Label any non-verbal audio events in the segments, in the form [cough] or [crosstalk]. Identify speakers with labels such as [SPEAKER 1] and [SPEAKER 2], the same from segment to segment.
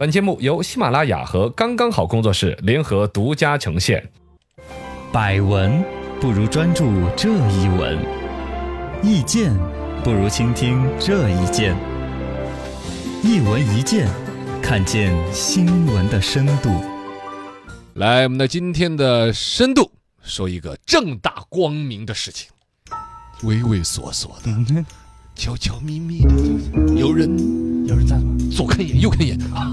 [SPEAKER 1] 本节目由喜马拉雅和刚刚好工作室联合独家呈现。
[SPEAKER 2] 百闻不如专注这一闻，意见不如倾听这一见。一闻一见，看见新闻的深度。
[SPEAKER 1] 来，我们的今天的深度说一个正大光明的事情，畏畏缩缩的，悄悄咪咪的，有人有人在左看一眼，右看一眼啊，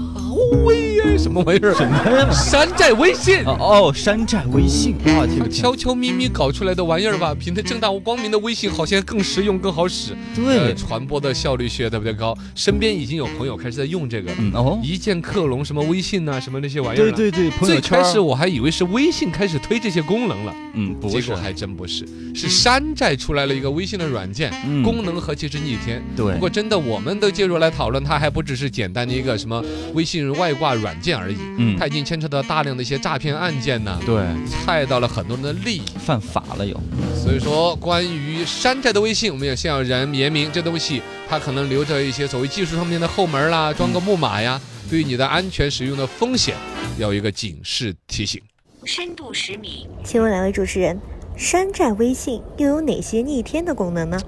[SPEAKER 1] 喂呀，什么玩意儿？什么呀？山寨微信。
[SPEAKER 2] 哦，山寨微信啊，这个
[SPEAKER 1] 悄悄咪咪搞出来的玩意儿吧，比那正大光明的微信好像更实用、更好使，呃
[SPEAKER 2] 对，
[SPEAKER 1] 传播的效率学特别高。身边已经有朋友开始在用这个了，
[SPEAKER 2] 嗯哦，
[SPEAKER 1] 一键克隆什么微信呐、什么那些玩意儿
[SPEAKER 2] 嗯对
[SPEAKER 1] 了。
[SPEAKER 2] 对对，朋友
[SPEAKER 1] 最
[SPEAKER 2] 圈
[SPEAKER 1] 开始我还以为是微信开始推这些功能了，
[SPEAKER 2] 嗯不
[SPEAKER 1] 结
[SPEAKER 2] 是
[SPEAKER 1] 果，还真不是，是山寨出来了一个微信的软件，
[SPEAKER 2] 嗯
[SPEAKER 1] 功能和其实逆天。
[SPEAKER 2] 对
[SPEAKER 1] 不过真的，我们都介入来讨论，它还不只是简单的一个什么微信外挂软件而已，
[SPEAKER 2] 嗯
[SPEAKER 1] 它已经牵扯到大量的一些诈骗案件呐，
[SPEAKER 2] 对
[SPEAKER 1] 害到了很多人的利益。
[SPEAKER 2] 犯法了又，
[SPEAKER 1] 所以说，关于山寨的微信，我们也先要人言明，这东西它可能留着一些所谓技术上面的后门啦，装个木马呀，对于你的安全使用的风险，要有一个警示提醒。
[SPEAKER 3] 深度十米。
[SPEAKER 4] 请问两位主持人，山寨微信又有哪些逆天的功能呢？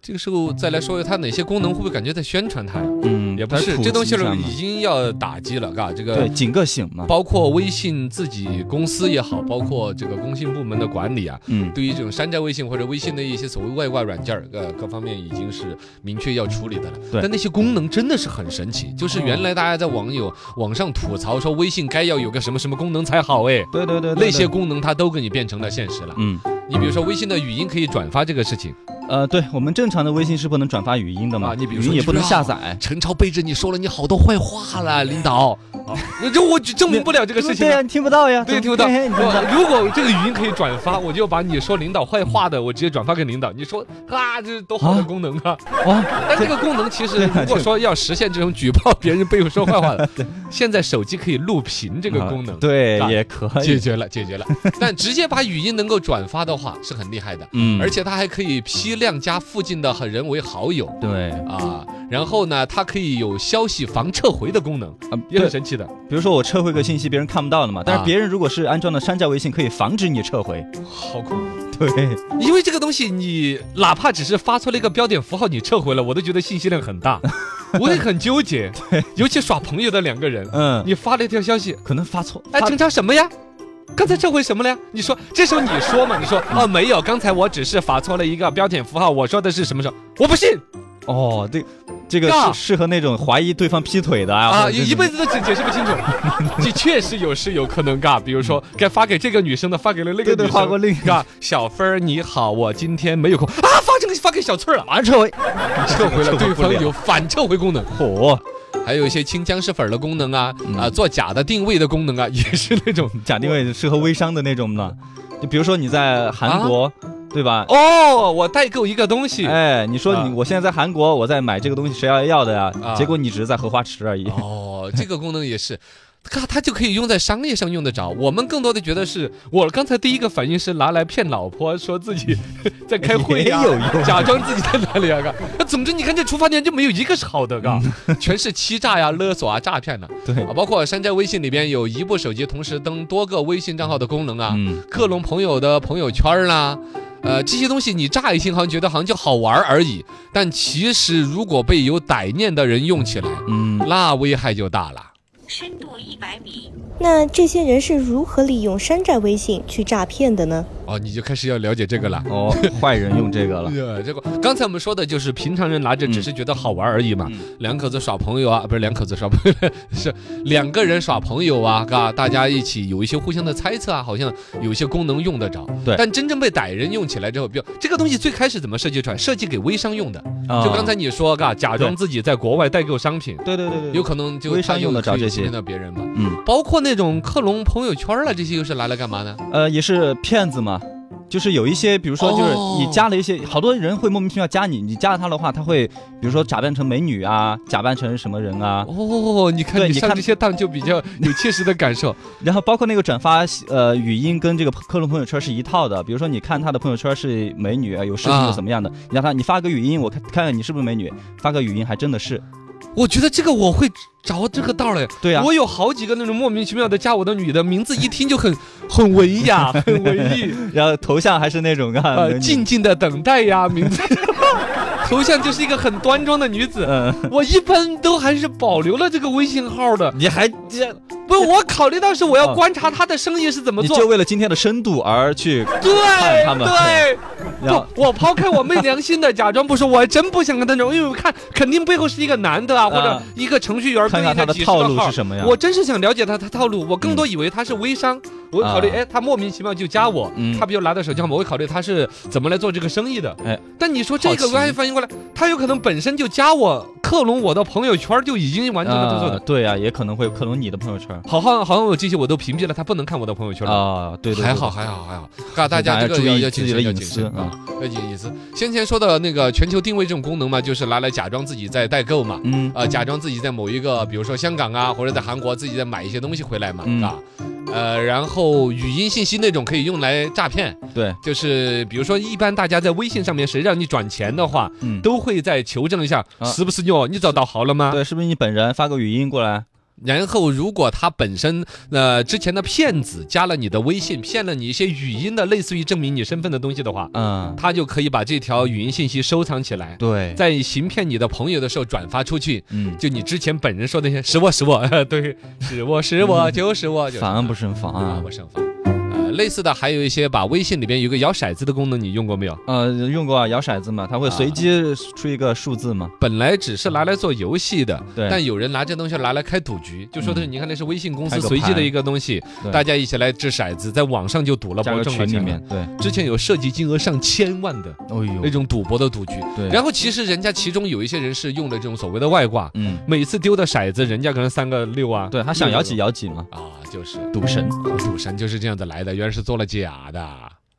[SPEAKER 1] 这个时候再来说它哪些功能，会不会感觉在宣传它呀？
[SPEAKER 2] 嗯
[SPEAKER 1] 也不是，这东西呃
[SPEAKER 2] 了
[SPEAKER 1] 儿已经要打击了，嘎，这
[SPEAKER 2] 对
[SPEAKER 1] 个。
[SPEAKER 2] 警个醒嘛，
[SPEAKER 1] 包括微信自己公司也好，包括这个工信部门的管理啊，
[SPEAKER 2] 嗯
[SPEAKER 1] 对于这种山寨微信或者微信的一些所谓外挂软件儿，呃，各方面已经是明确要处理的了。
[SPEAKER 2] 对哦
[SPEAKER 1] 但那些功能真的是很神奇，就是原来大家在网友网上吐槽说微信该要有个什么什么功能才好，哎，
[SPEAKER 2] 对对对对
[SPEAKER 1] 那些
[SPEAKER 2] 对
[SPEAKER 1] 功能它都给你变成了现实了。
[SPEAKER 2] 嗯
[SPEAKER 1] 你比如说微信的语音可以转发这个事情
[SPEAKER 2] 呃，对我们正常的微信是不能转发语音的
[SPEAKER 1] 啊
[SPEAKER 2] 嘛，，
[SPEAKER 1] 你比
[SPEAKER 2] 语
[SPEAKER 1] 如说
[SPEAKER 2] 音也
[SPEAKER 1] 你
[SPEAKER 2] 不能
[SPEAKER 1] 知
[SPEAKER 2] 下
[SPEAKER 1] 道
[SPEAKER 2] 载，
[SPEAKER 1] 陈超背着你说了你好多坏话了，领导，那这我就证明不了这个事情
[SPEAKER 2] 哦对啊
[SPEAKER 1] 啊
[SPEAKER 2] 呀，。你听不到呀，
[SPEAKER 1] 对，
[SPEAKER 2] 怎
[SPEAKER 1] 听
[SPEAKER 2] 么
[SPEAKER 1] 不到。
[SPEAKER 2] 嘿嘿 [laughs] 你听不到
[SPEAKER 1] 我如果这个语音可以转发，我就把你说领导坏话的，我直接转发给领导。你说啊，这多好的
[SPEAKER 2] 啊
[SPEAKER 1] 功能啊！
[SPEAKER 2] 哇，
[SPEAKER 1] 但这个功能其实，
[SPEAKER 2] [laughs] 对啊
[SPEAKER 1] 如果
[SPEAKER 2] 对
[SPEAKER 1] 说要实现这种举报别人背后说坏话
[SPEAKER 2] [laughs]
[SPEAKER 1] 的，现在手机可以录屏这
[SPEAKER 2] 这
[SPEAKER 1] 个功能，
[SPEAKER 2] 啊对
[SPEAKER 1] 是吧
[SPEAKER 2] 也可
[SPEAKER 1] 解
[SPEAKER 2] 以，
[SPEAKER 1] 决了，解决了。但直接把语音能够转发的话，是很厉害的。
[SPEAKER 2] 嗯
[SPEAKER 1] 而且它还可以批量加附近的和人为好友
[SPEAKER 2] 对
[SPEAKER 1] 啊，然后呢，它可以有消息防撤回的功能，
[SPEAKER 2] 啊，
[SPEAKER 1] 也很
[SPEAKER 2] 对，
[SPEAKER 1] 神奇的。
[SPEAKER 2] 比如说我撤回个信息，别人看不到的嘛，但
[SPEAKER 1] 啊
[SPEAKER 2] 是别人如果是安装了山寨微信，可以防止你撤回。
[SPEAKER 1] 好酷！
[SPEAKER 2] 对，
[SPEAKER 1] 因为这个东西，你哪怕只是发错了一个标点符号，你撤回了，我都觉得信息量很
[SPEAKER 2] [laughs]
[SPEAKER 1] 大，我也很纠结。尤其耍朋友的两个人，
[SPEAKER 2] 嗯，
[SPEAKER 1] 你发了一条消息，
[SPEAKER 2] 可能发错，
[SPEAKER 1] 哎，
[SPEAKER 2] 发
[SPEAKER 1] 陈超什么呀？刚才撤回什么了呀？你说，这时候你说嘛，你说哦没有，刚才我只是发错了一个标点符号，我说的是什么时候？我不信
[SPEAKER 2] 哦，对，这个
[SPEAKER 1] 呀
[SPEAKER 2] 是适合那种怀疑对方劈腿的啊，
[SPEAKER 1] 啊，
[SPEAKER 2] 或者是
[SPEAKER 1] 一一辈子都解解释不清楚。 [laughs] 你确实有是有可能嘎，比如说该发给这个女生的，发给了那个
[SPEAKER 2] 对对
[SPEAKER 1] 女
[SPEAKER 2] 发过
[SPEAKER 1] 生。
[SPEAKER 2] 另一个
[SPEAKER 1] 嘎，小芬儿你好，我今天没有空啊，发这个发给小翠儿了，啊
[SPEAKER 2] 马上撤回，
[SPEAKER 1] 撤回了，
[SPEAKER 2] 撤回
[SPEAKER 1] 对
[SPEAKER 2] 不
[SPEAKER 1] 方
[SPEAKER 2] 了
[SPEAKER 1] 有反撤回功能，
[SPEAKER 2] 火
[SPEAKER 1] 还有一些清僵尸粉儿的功能啊，
[SPEAKER 2] 嗯
[SPEAKER 1] 啊，做假的定位的功能啊，也是那种
[SPEAKER 2] 假定位适合微商的那种呢，就比如说你在韩国，对吧？
[SPEAKER 1] 啊哦，我代购一个东西，
[SPEAKER 2] 哎，你说你
[SPEAKER 1] 啊
[SPEAKER 2] 我现在在韩国，我在买这个东西，谁要要的
[SPEAKER 1] 啊
[SPEAKER 2] 呀？结果你只是在荷花池而已。
[SPEAKER 1] 哦，这个功能也是。它它就可以用在商业上用得着，我们更多的觉得是我刚才第一个反应是拿来骗老婆，说自
[SPEAKER 2] [laughs]
[SPEAKER 1] 己在开会呀、
[SPEAKER 2] 也有用
[SPEAKER 1] 假装自己在哪里啊？嘎，那总之你看这出发点就没有一个是好的，嘎，全是欺诈呀、勒索啊、诈骗呐、
[SPEAKER 2] 嗯对，
[SPEAKER 1] 啊，包括山寨微信里边有一部手机同时登多个微信账号的功能啊，
[SPEAKER 2] 嗯，
[SPEAKER 1] 克隆朋友的朋友圈啦、呃，这些东西你乍一听好像觉得好像就好玩儿而已，但其实如果被有歹念的人用起来，
[SPEAKER 2] 嗯，
[SPEAKER 1] 那危害就大了。
[SPEAKER 3] 深度一百米。
[SPEAKER 4] 那这些人是如何利用山寨微信去诈骗的呢？
[SPEAKER 1] 哦，你就开始要了解这个了。
[SPEAKER 2] 哦，坏人用这个了，
[SPEAKER 1] 呃，这个刚才我们说的就是平常人拿着只是觉得好玩而已嘛，
[SPEAKER 2] 嗯
[SPEAKER 1] 两口子耍朋友啊，不是两口子耍朋友， [laughs] 是两个人耍朋友啊，嘎，大家一起有一些互相的猜测啊，好像有一些功能用得着。
[SPEAKER 2] 对
[SPEAKER 1] 但真正被歹人用起来之后，比如这个东西最开始怎么设计出来？设计给微商用的，
[SPEAKER 2] 嗯
[SPEAKER 1] 就刚才你说，嘎，假装
[SPEAKER 2] 对
[SPEAKER 1] 自己在国外代购商品，
[SPEAKER 2] 哦对，对对对对，
[SPEAKER 1] 有可能就
[SPEAKER 2] 嗯微商用得着这些
[SPEAKER 1] 骗到别人嘛。
[SPEAKER 2] 嗯。
[SPEAKER 1] 包括那种克隆朋友圈了，这些又是拿来干嘛呢？
[SPEAKER 2] 呃，也是骗子嘛，就是有一些，比如说就是
[SPEAKER 1] 哦
[SPEAKER 2] 你加了一些，好多人会莫名其妙加你，你加了他的话，他会比如说假扮成美女啊，假扮成什么人啊，
[SPEAKER 1] 哦，你看
[SPEAKER 2] 对
[SPEAKER 1] 你
[SPEAKER 2] 你
[SPEAKER 1] 上
[SPEAKER 2] 看
[SPEAKER 1] 这些当就比较有切实的感受。
[SPEAKER 2] 然后包括那个转发呃语音跟这个克隆朋友圈是一套的，比如说你看他的朋友圈是美女，有事情
[SPEAKER 1] 啊
[SPEAKER 2] 又怎么样的，你让他你发个语音，我看看看你是不是美女，发个语音还真的是，
[SPEAKER 1] 我觉得这个我会着这个道儿哎。
[SPEAKER 5] 对
[SPEAKER 2] 啊
[SPEAKER 5] 呀
[SPEAKER 2] [laughs]
[SPEAKER 1] 我有好几个那种莫名其妙的加我的女的名字，一听就很 [laughs] 很文雅，很文艺，
[SPEAKER 5] 然后头像还是那种啊
[SPEAKER 1] 呃，，静静的等待呀，名字。 [laughs] 头像就是一个很端庄的女
[SPEAKER 2] [laughs]
[SPEAKER 1] 子，
[SPEAKER 2] 呃
[SPEAKER 5] 嗯，
[SPEAKER 1] 我一般都还是保留了这个微信号的。
[SPEAKER 5] 你还这，
[SPEAKER 1] 不，我考虑到是我
[SPEAKER 5] 嗯
[SPEAKER 1] 要观察她的生意是怎么
[SPEAKER 5] 你
[SPEAKER 1] 做
[SPEAKER 5] 就，为了今天的深度而去，
[SPEAKER 1] 对
[SPEAKER 5] 看他们
[SPEAKER 1] 对，
[SPEAKER 5] 然后
[SPEAKER 1] 不，我抛开我昧良心的假装不说，我还真不想跟他种，因为我看肯定背后是一个男的啊，或者
[SPEAKER 5] 啊
[SPEAKER 1] 一个程序员对
[SPEAKER 5] 看看
[SPEAKER 1] 应
[SPEAKER 5] 他
[SPEAKER 1] 着
[SPEAKER 5] 的
[SPEAKER 1] 几十
[SPEAKER 5] 套
[SPEAKER 1] 个
[SPEAKER 5] 路
[SPEAKER 1] 号
[SPEAKER 5] 是。什么呀？嗯
[SPEAKER 1] 我真是想了解他他套路，我更多以为他是微商，我会考虑，
[SPEAKER 5] 啊
[SPEAKER 1] 哎，他莫名其妙就加我，
[SPEAKER 5] 嗯
[SPEAKER 1] 他不就拿到手机号码？我会考虑他是怎么来做这个生意的。
[SPEAKER 5] 哎，
[SPEAKER 1] 但你说这
[SPEAKER 5] 好
[SPEAKER 1] 个，
[SPEAKER 5] 奇
[SPEAKER 1] 我还反应过来，他有可能本身就加我克隆我的朋友圈，就已经完成了动作
[SPEAKER 5] 啊
[SPEAKER 1] 的。
[SPEAKER 5] 对呀，也可能会克隆你的朋友圈
[SPEAKER 1] 好像好像我这些我都屏蔽了，他不能看我的朋友圈了。
[SPEAKER 5] 啊，对对，对
[SPEAKER 1] 还好，还好还好，告诉大家这个
[SPEAKER 5] 注
[SPEAKER 1] 要
[SPEAKER 5] 意
[SPEAKER 1] 要
[SPEAKER 5] 自
[SPEAKER 1] 谨
[SPEAKER 5] 己的
[SPEAKER 1] 慎要
[SPEAKER 5] 隐
[SPEAKER 1] 谨
[SPEAKER 5] 私
[SPEAKER 1] 慎啊，要谨隐私。先前说的那个全球定位这种功能嘛，就是拿来假装自己在代购嘛。
[SPEAKER 5] 嗯，
[SPEAKER 1] 呃，假装自己在某一个，比如说香港啊，或者在韩国自己在买一些东西回来嘛，
[SPEAKER 5] 嗯
[SPEAKER 1] 啊，呃，然后语音信息那种可以用来诈骗，
[SPEAKER 5] 对，
[SPEAKER 1] 就是比如说一般大家在微信上面谁让你转钱的话，
[SPEAKER 5] 嗯，
[SPEAKER 1] 都会再求证一下
[SPEAKER 5] 啊
[SPEAKER 1] 是不是哟，你找到号了吗？
[SPEAKER 5] 对，是不是你本人发个语音过来？
[SPEAKER 1] 然后，如果他本身呃之前的骗子加了你的微信，骗了你一些语音的类似于证明你身份的东西的话，
[SPEAKER 5] 嗯，
[SPEAKER 1] 他就可以把这条语音信息收藏起来，
[SPEAKER 5] 对，
[SPEAKER 1] 在行骗你的朋友的时候转发出去。
[SPEAKER 5] 嗯，
[SPEAKER 1] 就你之前本人说的那些，是我是我，对，是我是我就是我，就是
[SPEAKER 5] 反案不胜防
[SPEAKER 1] 啊
[SPEAKER 5] 啊，
[SPEAKER 1] 我。上访。呃，类似的还有一些把微信里边有个摇骰子的功能，你用过没有？
[SPEAKER 5] 呃，用过啊，摇骰子嘛，它会随机出一个数字嘛。
[SPEAKER 1] 本来只是拿来做游戏的，
[SPEAKER 5] 对嗯
[SPEAKER 1] 但有人拿这东西拿来开赌局，就说的是你看那是微信公司
[SPEAKER 5] 开个
[SPEAKER 1] 随机的
[SPEAKER 5] 盘
[SPEAKER 1] 一个东西，
[SPEAKER 5] 对
[SPEAKER 1] 大家一起来掷骰子，在网上就赌了，
[SPEAKER 5] 加
[SPEAKER 1] 包
[SPEAKER 5] 个
[SPEAKER 1] 挣了
[SPEAKER 5] 群里
[SPEAKER 1] 钱啊
[SPEAKER 5] 面
[SPEAKER 1] 了。，
[SPEAKER 5] 对，
[SPEAKER 1] 之前有涉及金额上千万的
[SPEAKER 5] 哦呦
[SPEAKER 1] 那种赌博的赌局，
[SPEAKER 5] 对，
[SPEAKER 1] 然
[SPEAKER 5] 后
[SPEAKER 1] 后其实人家其中有一些人是用的这种所谓的外挂，
[SPEAKER 5] 嗯，
[SPEAKER 1] 每次丢的骰子人家可能三个六啊，
[SPEAKER 5] 对他想摇几摇几嘛，
[SPEAKER 1] 啊，就是
[SPEAKER 5] 赌神，
[SPEAKER 1] 赌神就是这样子来的，原来是做了假的。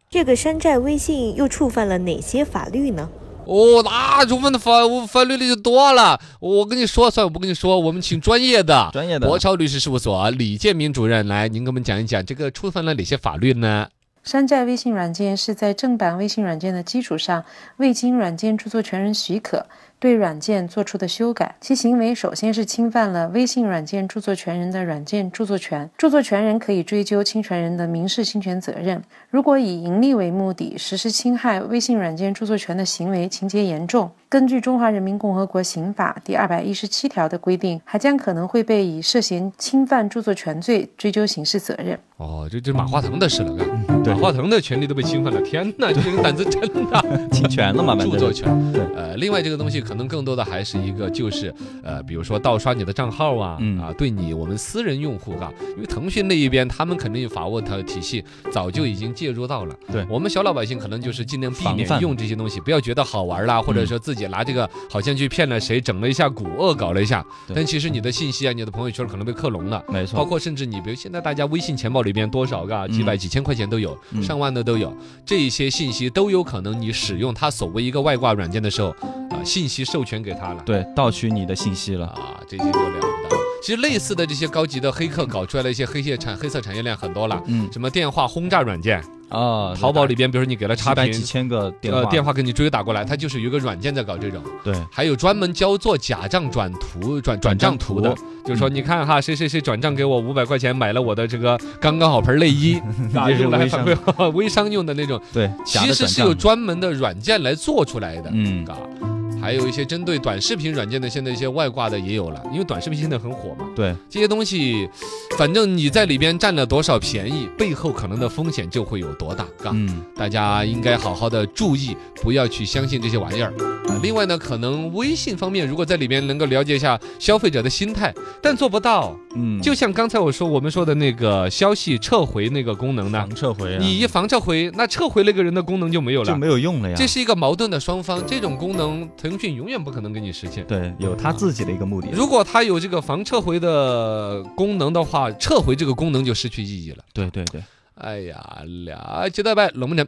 [SPEAKER 4] 这个山寨微信又触犯了哪些法律呢？
[SPEAKER 1] 哦，那触犯的法法律那就多了。我跟你说，算了，我不跟你说，我们请专业的
[SPEAKER 5] 专业的
[SPEAKER 1] 博超律师事务所李建民主任来，您给我们讲一讲这个触犯了哪些法律呢？
[SPEAKER 6] 山寨微信软件是在正版微信软件的基础上，未经软件著作权人许可对软件做出的修改。其行为首先是侵犯了微信软件著作权人的软件著作权，著作权人可以追究侵权人的民事侵权责任。如果以盈利为目的实施侵害微信软件著作权的行为情节严重，根据《中华人民共和国刑法》第二百一十七条的规定，还将可能会被以涉嫌侵犯著作权罪追究刑事责任。
[SPEAKER 1] 哦，这这马化腾的事了，看
[SPEAKER 5] 对
[SPEAKER 1] 嗯马化腾的权利都被侵犯了，天哪，这人胆子真大。
[SPEAKER 5] 侵权了嘛，反
[SPEAKER 1] 著
[SPEAKER 5] 正
[SPEAKER 1] 作
[SPEAKER 5] 就
[SPEAKER 1] 权
[SPEAKER 5] 对。
[SPEAKER 1] 呃，另外这个东西可能更多的还是一个就是呃，比如说盗刷你的账号啊，
[SPEAKER 5] 嗯
[SPEAKER 1] 啊，对你我们私人用户啊，因为腾讯那一边他们肯定有法务的体系，早就已经介入到了。
[SPEAKER 5] 对
[SPEAKER 1] 我们小老百姓可能就是尽量避
[SPEAKER 5] 防
[SPEAKER 1] 免
[SPEAKER 5] 范
[SPEAKER 1] 用这些东西，不要觉得好玩啊
[SPEAKER 5] 嗯
[SPEAKER 1] 啦，或者说自己拿这个好像去骗了谁，整了一下股，恶搞了一下，
[SPEAKER 5] 对
[SPEAKER 1] 但其实你的信息啊，你的朋友圈可能被克隆了。
[SPEAKER 5] 没
[SPEAKER 1] 包
[SPEAKER 5] 错，
[SPEAKER 1] 括甚至你，比如现在大家微信钱包里边多少个啊，几
[SPEAKER 5] 嗯
[SPEAKER 1] 百、几千块钱都有，
[SPEAKER 5] 嗯
[SPEAKER 1] 上万的都有，这些信息都有可能你使用它所谓一个外挂软件的时候，啊，信息授权给他了，
[SPEAKER 5] 对，盗取你的信息了，
[SPEAKER 1] 啊，这些就了不得。其实类似的这些高级的黑客搞出来的一些黑业产黑色产业链很多了，
[SPEAKER 5] 嗯
[SPEAKER 1] 什么电话轰炸软件，
[SPEAKER 5] 啊，
[SPEAKER 1] 淘宝里
[SPEAKER 5] 几
[SPEAKER 1] 边，比如说你给了差
[SPEAKER 5] 百
[SPEAKER 1] 评。
[SPEAKER 5] 几千个电
[SPEAKER 1] 呃
[SPEAKER 5] 话，，
[SPEAKER 1] 电话给你追打过来，它就是有一个软件在搞这种，
[SPEAKER 5] 对，
[SPEAKER 1] 还有专门教做假账转图、转转账图的，就是说，你看
[SPEAKER 5] 嗯
[SPEAKER 1] 哈，谁谁谁转账给我五百块钱，买了我的这个刚刚好盆
[SPEAKER 5] [laughs]
[SPEAKER 1] 内衣，啊
[SPEAKER 5] 也是
[SPEAKER 1] 用来 [laughs]
[SPEAKER 5] 微商
[SPEAKER 1] 反馈微商用的那种，
[SPEAKER 5] 对，假
[SPEAKER 1] 其
[SPEAKER 5] 的
[SPEAKER 1] 实
[SPEAKER 5] 转
[SPEAKER 1] 是有
[SPEAKER 5] 账，
[SPEAKER 1] 专门的软件来做出来的，
[SPEAKER 5] 嗯
[SPEAKER 1] 啊，还有一些针对短视频软件的，现在一些外挂的也有了，因为短视频现在很火嘛，
[SPEAKER 5] 对，
[SPEAKER 1] 这些东西，反正你在里边占了多少便宜，背后可能的风险就会有多大，啊。
[SPEAKER 5] 嗯，
[SPEAKER 1] 大家应该好好的注意，不要去相信这些玩意儿。啊，另外呢，可能微信方面，如果在里边能够了解一下消费者的心态，但做不到。
[SPEAKER 5] 嗯，
[SPEAKER 1] 就像刚才我说我们说的那个消息撤回那个功能呢
[SPEAKER 5] 防，撤回啊，
[SPEAKER 1] 你一防撤回，那撤回那个人的功能就没有
[SPEAKER 5] 就
[SPEAKER 1] 了。
[SPEAKER 5] 没有用了呀，
[SPEAKER 1] 这是一个矛盾的双方，这种功能腾讯永远不可能给你实现。
[SPEAKER 5] 对，有他自己的一个目的，
[SPEAKER 1] 如果它有这个防撤回的功能的话，撤回这个功能就失去意义了。
[SPEAKER 5] 对对对。
[SPEAKER 1] 哎呀，了解到呗，龙门阵。